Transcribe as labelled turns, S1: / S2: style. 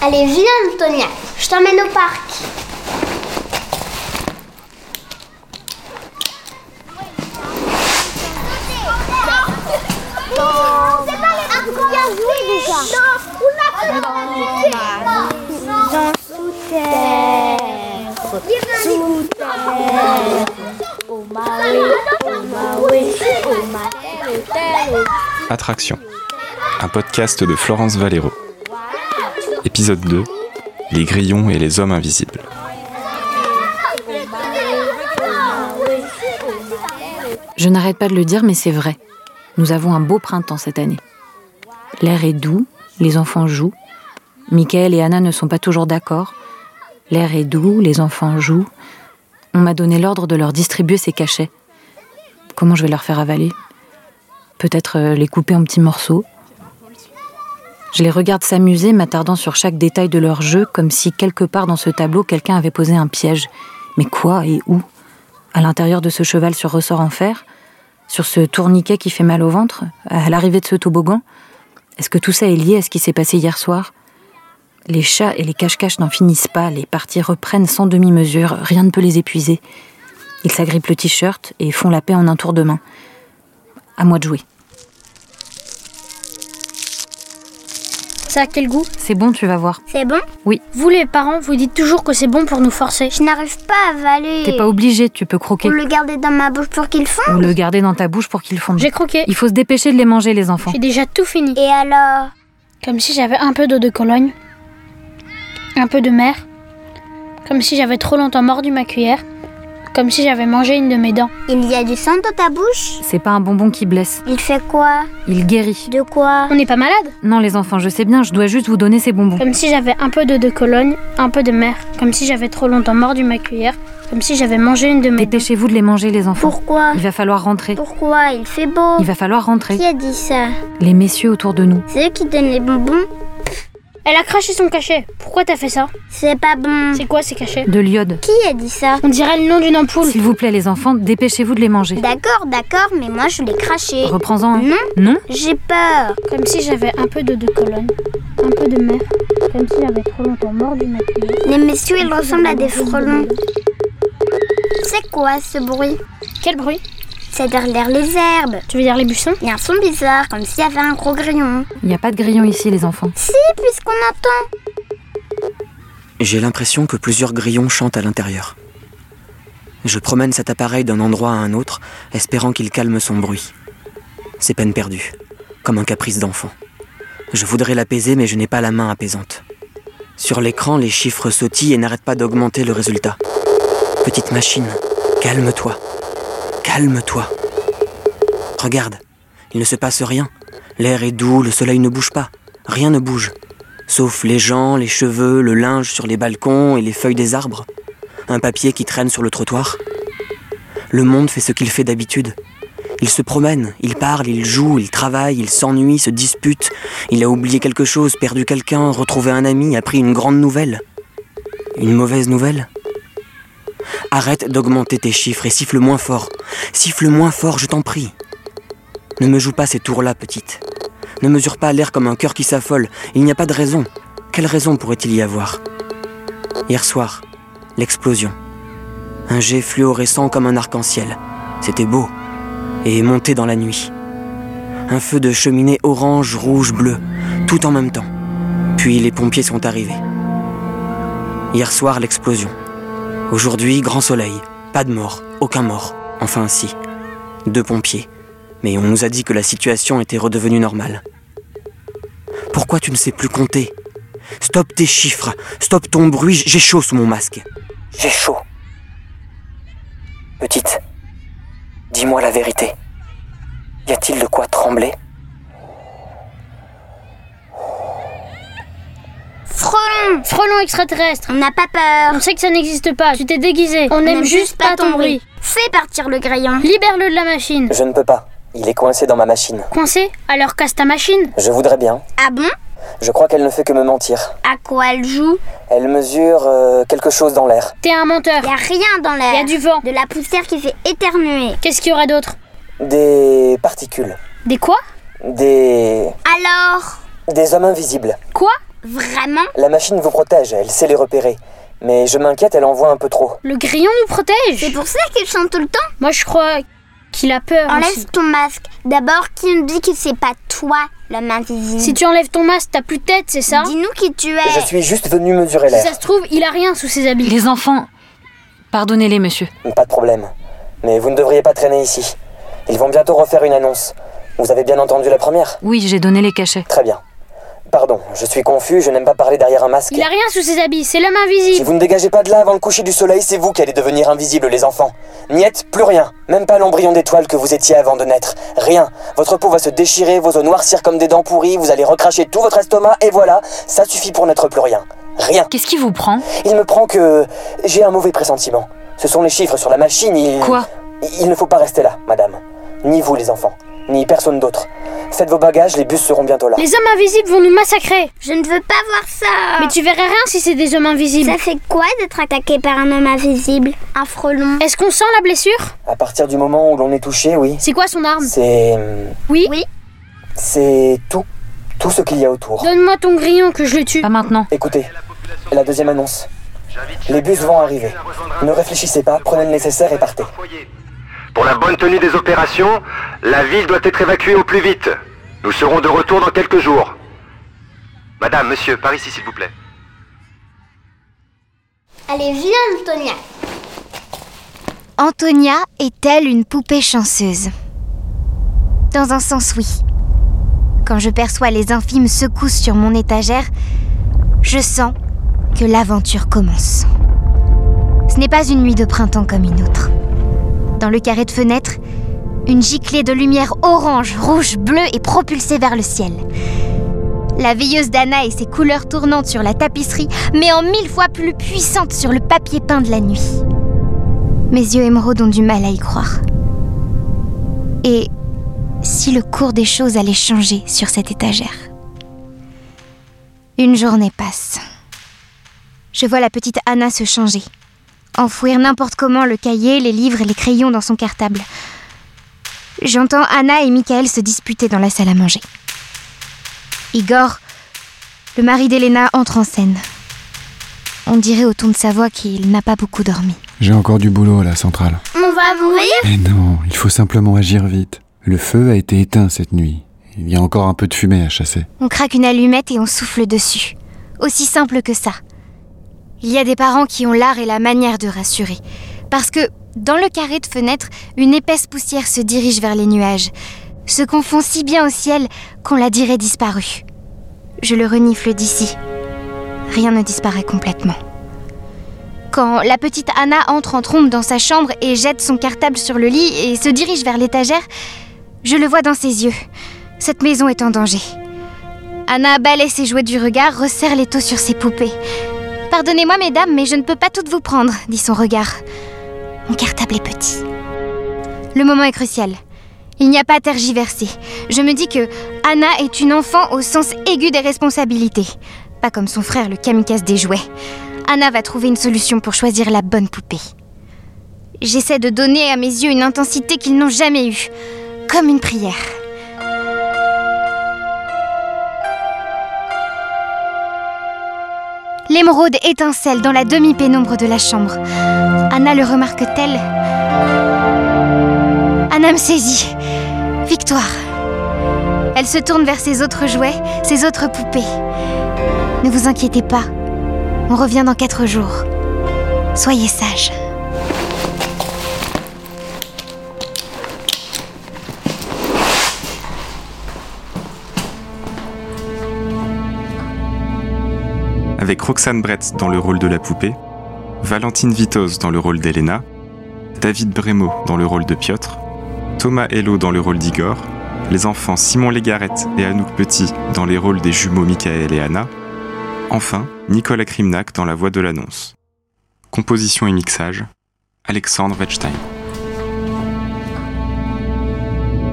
S1: Allez, viens, Antonia. Je t'emmène au parc.
S2: Attraction, un podcast de Florence Valero. Épisode 2, les grillons et les hommes invisibles.
S3: Je n'arrête pas de le dire, mais c'est vrai. Nous avons un beau printemps cette année. L'air est doux, les enfants jouent. Michael et Anna ne sont pas toujours d'accord. L'air est doux, les enfants jouent. On m'a donné l'ordre de leur distribuer ces cachets. Comment je vais leur faire avaler Peut-être euh, les couper en petits morceaux. Je les regarde s'amuser, m'attardant sur chaque détail de leur jeu, comme si quelque part dans ce tableau, quelqu'un avait posé un piège. Mais quoi et où À l'intérieur de ce cheval sur ressort en fer Sur ce tourniquet qui fait mal au ventre À l'arrivée de ce toboggan Est-ce que tout ça est lié à ce qui s'est passé hier soir Les chats et les cache-cache n'en finissent pas, les parties reprennent sans demi-mesure, rien ne peut les épuiser. Ils s'agrippent le t-shirt et font la paix en un tour de main. À moi de jouer.
S4: Ça a quel goût
S3: C'est bon, tu vas voir.
S1: C'est bon
S4: Vous les parents, vous dites toujours que c'est bon pour nous forcer.
S1: Je n'arrive pas à avaler.
S3: T'es pas obligé, tu peux croquer
S1: Pour le garder dans ma bouche pour qu'il
S3: ou
S1: fonde
S3: le garder dans ta bouche pour qu'ils fondent.
S4: J'ai croqué.
S3: Il faut se dépêcher de les manger, les enfants.
S4: J'ai déjà tout fini.
S1: Et alors
S4: Comme si j'avais un peu d'eau de Cologne, un peu de mer, comme si j'avais trop longtemps mordu ma cuillère, comme si j'avais mangé une de mes dents.
S1: Il y a du sang dans ta bouche
S3: C'est pas un bonbon qui blesse,
S1: Il fait quoi
S3: il guérit.
S1: De quoi
S4: On n'est pas malade
S3: Non, les enfants, je sais bien, je dois juste vous donner ces bonbons.
S4: Comme si j'avais un peu d'eau de Cologne, un peu de mer, comme si j'avais trop longtemps mordu ma cuillère, comme si j'avais mangé une de mes dents.
S3: Dépêchez-vous de les manger, les enfants.
S1: Pourquoi
S3: Il va falloir rentrer.
S1: Pourquoi Il fait beau.
S3: Il va falloir rentrer.
S1: Qui a dit ça
S3: Les messieurs autour de nous.
S1: C'est eux qui donnent les bonbons
S4: Elle a craché son cachet. Pourquoi t'as fait ça
S1: C'est pas bon.
S4: C'est quoi ces cachets
S3: De l'iode.
S1: Qui a dit ça
S4: On dirait le nom d'une ampoule.
S3: S'il vous plaît, les enfants, dépêchez-vous de les manger.
S1: D'accord, d'accord, mais moi je l'ai craché.
S3: Reprends-en un.
S1: Non,
S3: Non
S1: j'ai peur.
S4: Comme si j'avais un peu d'eau de Cologne, un peu de mer, comme si j'avais trop longtemps mordu ma
S1: Les
S4: cuillère.
S1: messieurs, ils ressemblent à des frelons. C'est quoi ce bruit
S4: Quel bruit
S1: Ça derrière les herbes.
S4: Tu veux dire les buissons
S1: Il y a un son bizarre, comme s'il y avait un gros grillon.
S3: Il n'y a pas de grillon ici, les enfants.
S1: Si, puisqu'on entend.
S5: J'ai l'impression que plusieurs grillons chantent à l'intérieur. Je promène cet appareil d'un endroit à un autre, espérant qu'il calme son bruit. C'est peine perdue, comme un caprice d'enfant. Je voudrais l'apaiser, mais je n'ai pas la main apaisante. Sur l'écran, les chiffres sautillent et n'arrêtent pas d'augmenter le résultat. Petite machine, calme-toi. Calme-toi. Regarde, il ne se passe rien. L'air est doux, le soleil ne bouge pas. Rien ne bouge sauf les gens, les cheveux, le linge sur les balcons et les feuilles des arbres, un papier qui traîne sur le trottoir. Le monde fait ce qu'il fait d'habitude. Il se promène, il parle, il joue, il travaille, il s'ennuie, se dispute, il a oublié quelque chose, perdu quelqu'un, retrouvé un ami, appris une grande nouvelle. Une mauvaise nouvelle Arrête d'augmenter tes chiffres et siffle moins fort. Siffle moins fort, je t'en prie. Ne me joue pas ces tours-là, petite. Ne mesure pas l'air comme un cœur qui s'affole. Il n'y a pas de raison. Quelle raison pourrait-il y avoir Hier soir, l'explosion. Un jet fluorescent comme un arc-en-ciel. C'était beau. Et monté dans la nuit. Un feu de cheminée orange, rouge, bleu. Tout en même temps. Puis les pompiers sont arrivés. Hier soir, l'explosion. Aujourd'hui, grand soleil. Pas de mort. Aucun mort. Enfin, si. Deux pompiers. Mais on nous a dit que la situation était redevenue normale. Pourquoi tu ne sais plus compter Stop tes chiffres, stop ton bruit, j- j'ai chaud sous mon masque. J'ai chaud. Petite, dis-moi la vérité. Y a-t-il de quoi trembler
S1: Frelons
S4: Frelon extraterrestre
S1: On n'a pas
S4: On
S1: peur.
S4: sait que ça n'existe pas, tu t'es déguisé. On n'aime juste pas ton bruit.
S1: Fais partir le grillon.
S4: Libère-le de la machine.
S5: Je ne peux pas. Il est coincé dans ma machine.
S4: Coincé Alors casse ta machine.
S5: Je voudrais bien.
S1: Ah bon
S5: Je crois qu'elle ne fait que me mentir.
S1: À quoi elle joue
S5: Elle mesure euh, quelque chose dans l'air.
S4: T'es un menteur.
S1: Y a rien dans l'air.
S4: Y a du vent.
S1: De la poussière qui fait éternuer.
S4: Qu'est-ce qu'il y aurait d'autre
S5: Des particules.
S4: Des quoi
S5: Des.
S1: Alors
S5: des hommes invisibles.
S4: Quoi
S1: Vraiment
S5: La machine vous protège, elle sait les repérer. Mais je m'inquiète, elle en voit un peu trop.
S4: Le grillon nous
S1: C'est
S4: protège
S1: pour ça qu'il chante tout le temps
S4: Moi je crois qu'il a peur. aussi.
S1: Enlève ton masque. D'abord, qui nous dit que c'est pas toi, l'homme invisible
S4: Si tu enlèves ton masque, t'as plus de tête, c'est ça
S1: Dis-nous qui tu es.
S5: Je suis juste venu mesurer
S4: Si
S5: l'air.
S4: ça se trouve, il a rien sous ses habits.
S3: Les enfants, pardonnez-les, monsieur.
S5: Pas de problème. Mais vous ne devriez pas traîner ici. Ils vont bientôt refaire une annonce. Vous avez bien entendu la première
S3: Oui, j'ai donné les cachets.
S5: Très bien. Pardon, je suis confus, je n'aime pas parler derrière un masque.
S4: Il a rien sous ses habits, c'est l'homme
S5: Si
S4: invisible.
S5: vous ne dégagez pas de là avant le coucher du soleil, c'est vous qui allez devenir invisible, les enfants. Niette, plus rien. Même pas l'embryon d'étoile que vous étiez avant de naître. Rien. Votre peau va se déchirer, vos os noircir comme des dents pourries, vous allez recracher tout votre estomac, et voilà, ça suffit pour n'être plus rien. Rien.
S3: Qu'est-ce qui vous prend
S5: Il me prend que. J'ai un mauvais pressentiment. Ce sont les chiffres sur la machine, il.
S3: Quoi
S5: Il ne faut pas rester là, madame. Ni vous, les enfants. Ni personne d'autre. Faites vos bagages, les bus seront bientôt là.
S4: Les hommes invisibles vont nous massacrer.
S1: Je ne veux pas voir ça.
S4: Mais tu verrais rien si c'est des hommes invisibles.
S1: Ça fait quoi d'être attaqué par un homme invisible Un frelon
S4: Est-ce qu'on sent la blessure
S5: À partir du moment où l'on est touché, oui.
S4: C'est quoi son arme
S5: C'est.
S4: Oui.
S1: Oui.
S5: C'est tout. Tout ce qu'il y a autour.
S4: Donne-moi ton grillon que je le tue.
S3: Pas maintenant.
S5: Écoutez, la deuxième annonce. Les bus vont arriver. Ne réfléchissez pas, prenez le nécessaire et partez.
S6: Pour la bonne tenue des opérations, la ville doit être évacuée au plus vite. Nous serons de retour dans quelques jours. Madame, monsieur, par ici s'il vous plaît.
S1: Allez, viens, Antonia.
S7: Antonia est-elle une poupée chanceuse Dans un sens, oui. Quand je perçois les infimes secousses sur mon étagère, je sens que l'aventure commence. Ce n'est pas une nuit de printemps comme une autre. Dans le carré de fenêtre, une giclée de lumière orange, rouge, bleue est propulsée vers le ciel. La veilleuse d'Anna et ses couleurs tournantes sur la tapisserie, mais en mille fois plus puissantes sur le papier peint de la nuit. Mes yeux émeraudes ont du mal à y croire. Et si le cours des choses allait changer sur cette étagère Une journée passe. Je vois la petite Anna se changer. Enfouir n'importe comment le cahier, les livres et les crayons dans son cartable. J'entends Anna et Michael se disputer dans la salle à manger. Igor, le mari d'Elena, entre en scène. On dirait au ton de sa voix qu'il n'a pas beaucoup dormi.
S8: J'ai encore du boulot à la centrale.
S1: On va mourir
S8: Mais non, il faut simplement agir vite. Le feu a été éteint cette nuit. Il y a encore un peu de fumée à chasser.
S7: On craque une allumette et on souffle dessus. Aussi simple que ça. Il y a des parents qui ont l'art et la manière de rassurer. Parce que, dans le carré de fenêtre, une épaisse poussière se dirige vers les nuages, se confond si bien au ciel qu'on la dirait disparue. Je le renifle d'ici. Rien ne disparaît complètement. Quand la petite Anna entre en trombe dans sa chambre et jette son cartable sur le lit et se dirige vers l'étagère, je le vois dans ses yeux. Cette maison est en danger. Anna balaie ses jouets du regard, resserre les taux sur ses poupées. Pardonnez-moi, mesdames, mais je ne peux pas toutes vous prendre, dit son regard. Mon cartable est petit. Le moment est crucial. Il n'y a pas à tergiverser. Je me dis que Anna est une enfant au sens aigu des responsabilités. Pas comme son frère, le kamikaze des jouets. Anna va trouver une solution pour choisir la bonne poupée. J'essaie de donner à mes yeux une intensité qu'ils n'ont jamais eue. Comme une prière. L'émeraude étincelle dans la demi-pénombre de la chambre. Anna le remarque-t-elle Anna me saisit. Victoire. Elle se tourne vers ses autres jouets, ses autres poupées. Ne vous inquiétez pas. On revient dans quatre jours. Soyez sages.
S2: avec Roxane Brett dans le rôle de la poupée, Valentine Vitoz dans le rôle d'Elena, David Brémo dans le rôle de Piotr, Thomas Hello dans le rôle d'Igor, les enfants Simon Légarette et Anouk Petit dans les rôles des jumeaux Michael et Anna, enfin Nicolas Krimnak dans la voix de l'annonce. Composition et mixage, Alexandre Wettstein.